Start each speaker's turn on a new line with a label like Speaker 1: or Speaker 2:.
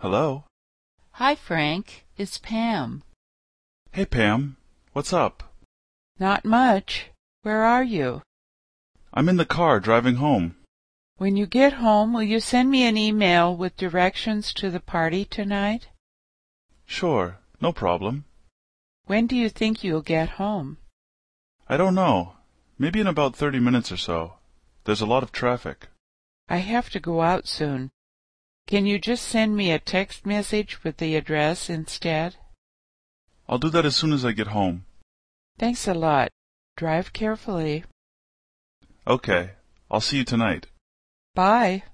Speaker 1: Hello.
Speaker 2: Hi, Frank. It's Pam.
Speaker 1: Hey, Pam. What's up?
Speaker 2: Not much. Where are you?
Speaker 1: I'm in the car driving home.
Speaker 2: When you get home, will you send me an email with directions to the party tonight?
Speaker 1: Sure, no problem.
Speaker 2: When do you think you'll get home?
Speaker 1: I don't know. Maybe in about 30 minutes or so. There's a lot of traffic.
Speaker 2: I have to go out soon. Can you just send me a text message with the address instead?
Speaker 1: I'll do that as soon as I get home.
Speaker 2: Thanks a lot. Drive carefully.
Speaker 1: Okay. I'll see you tonight.
Speaker 2: Bye.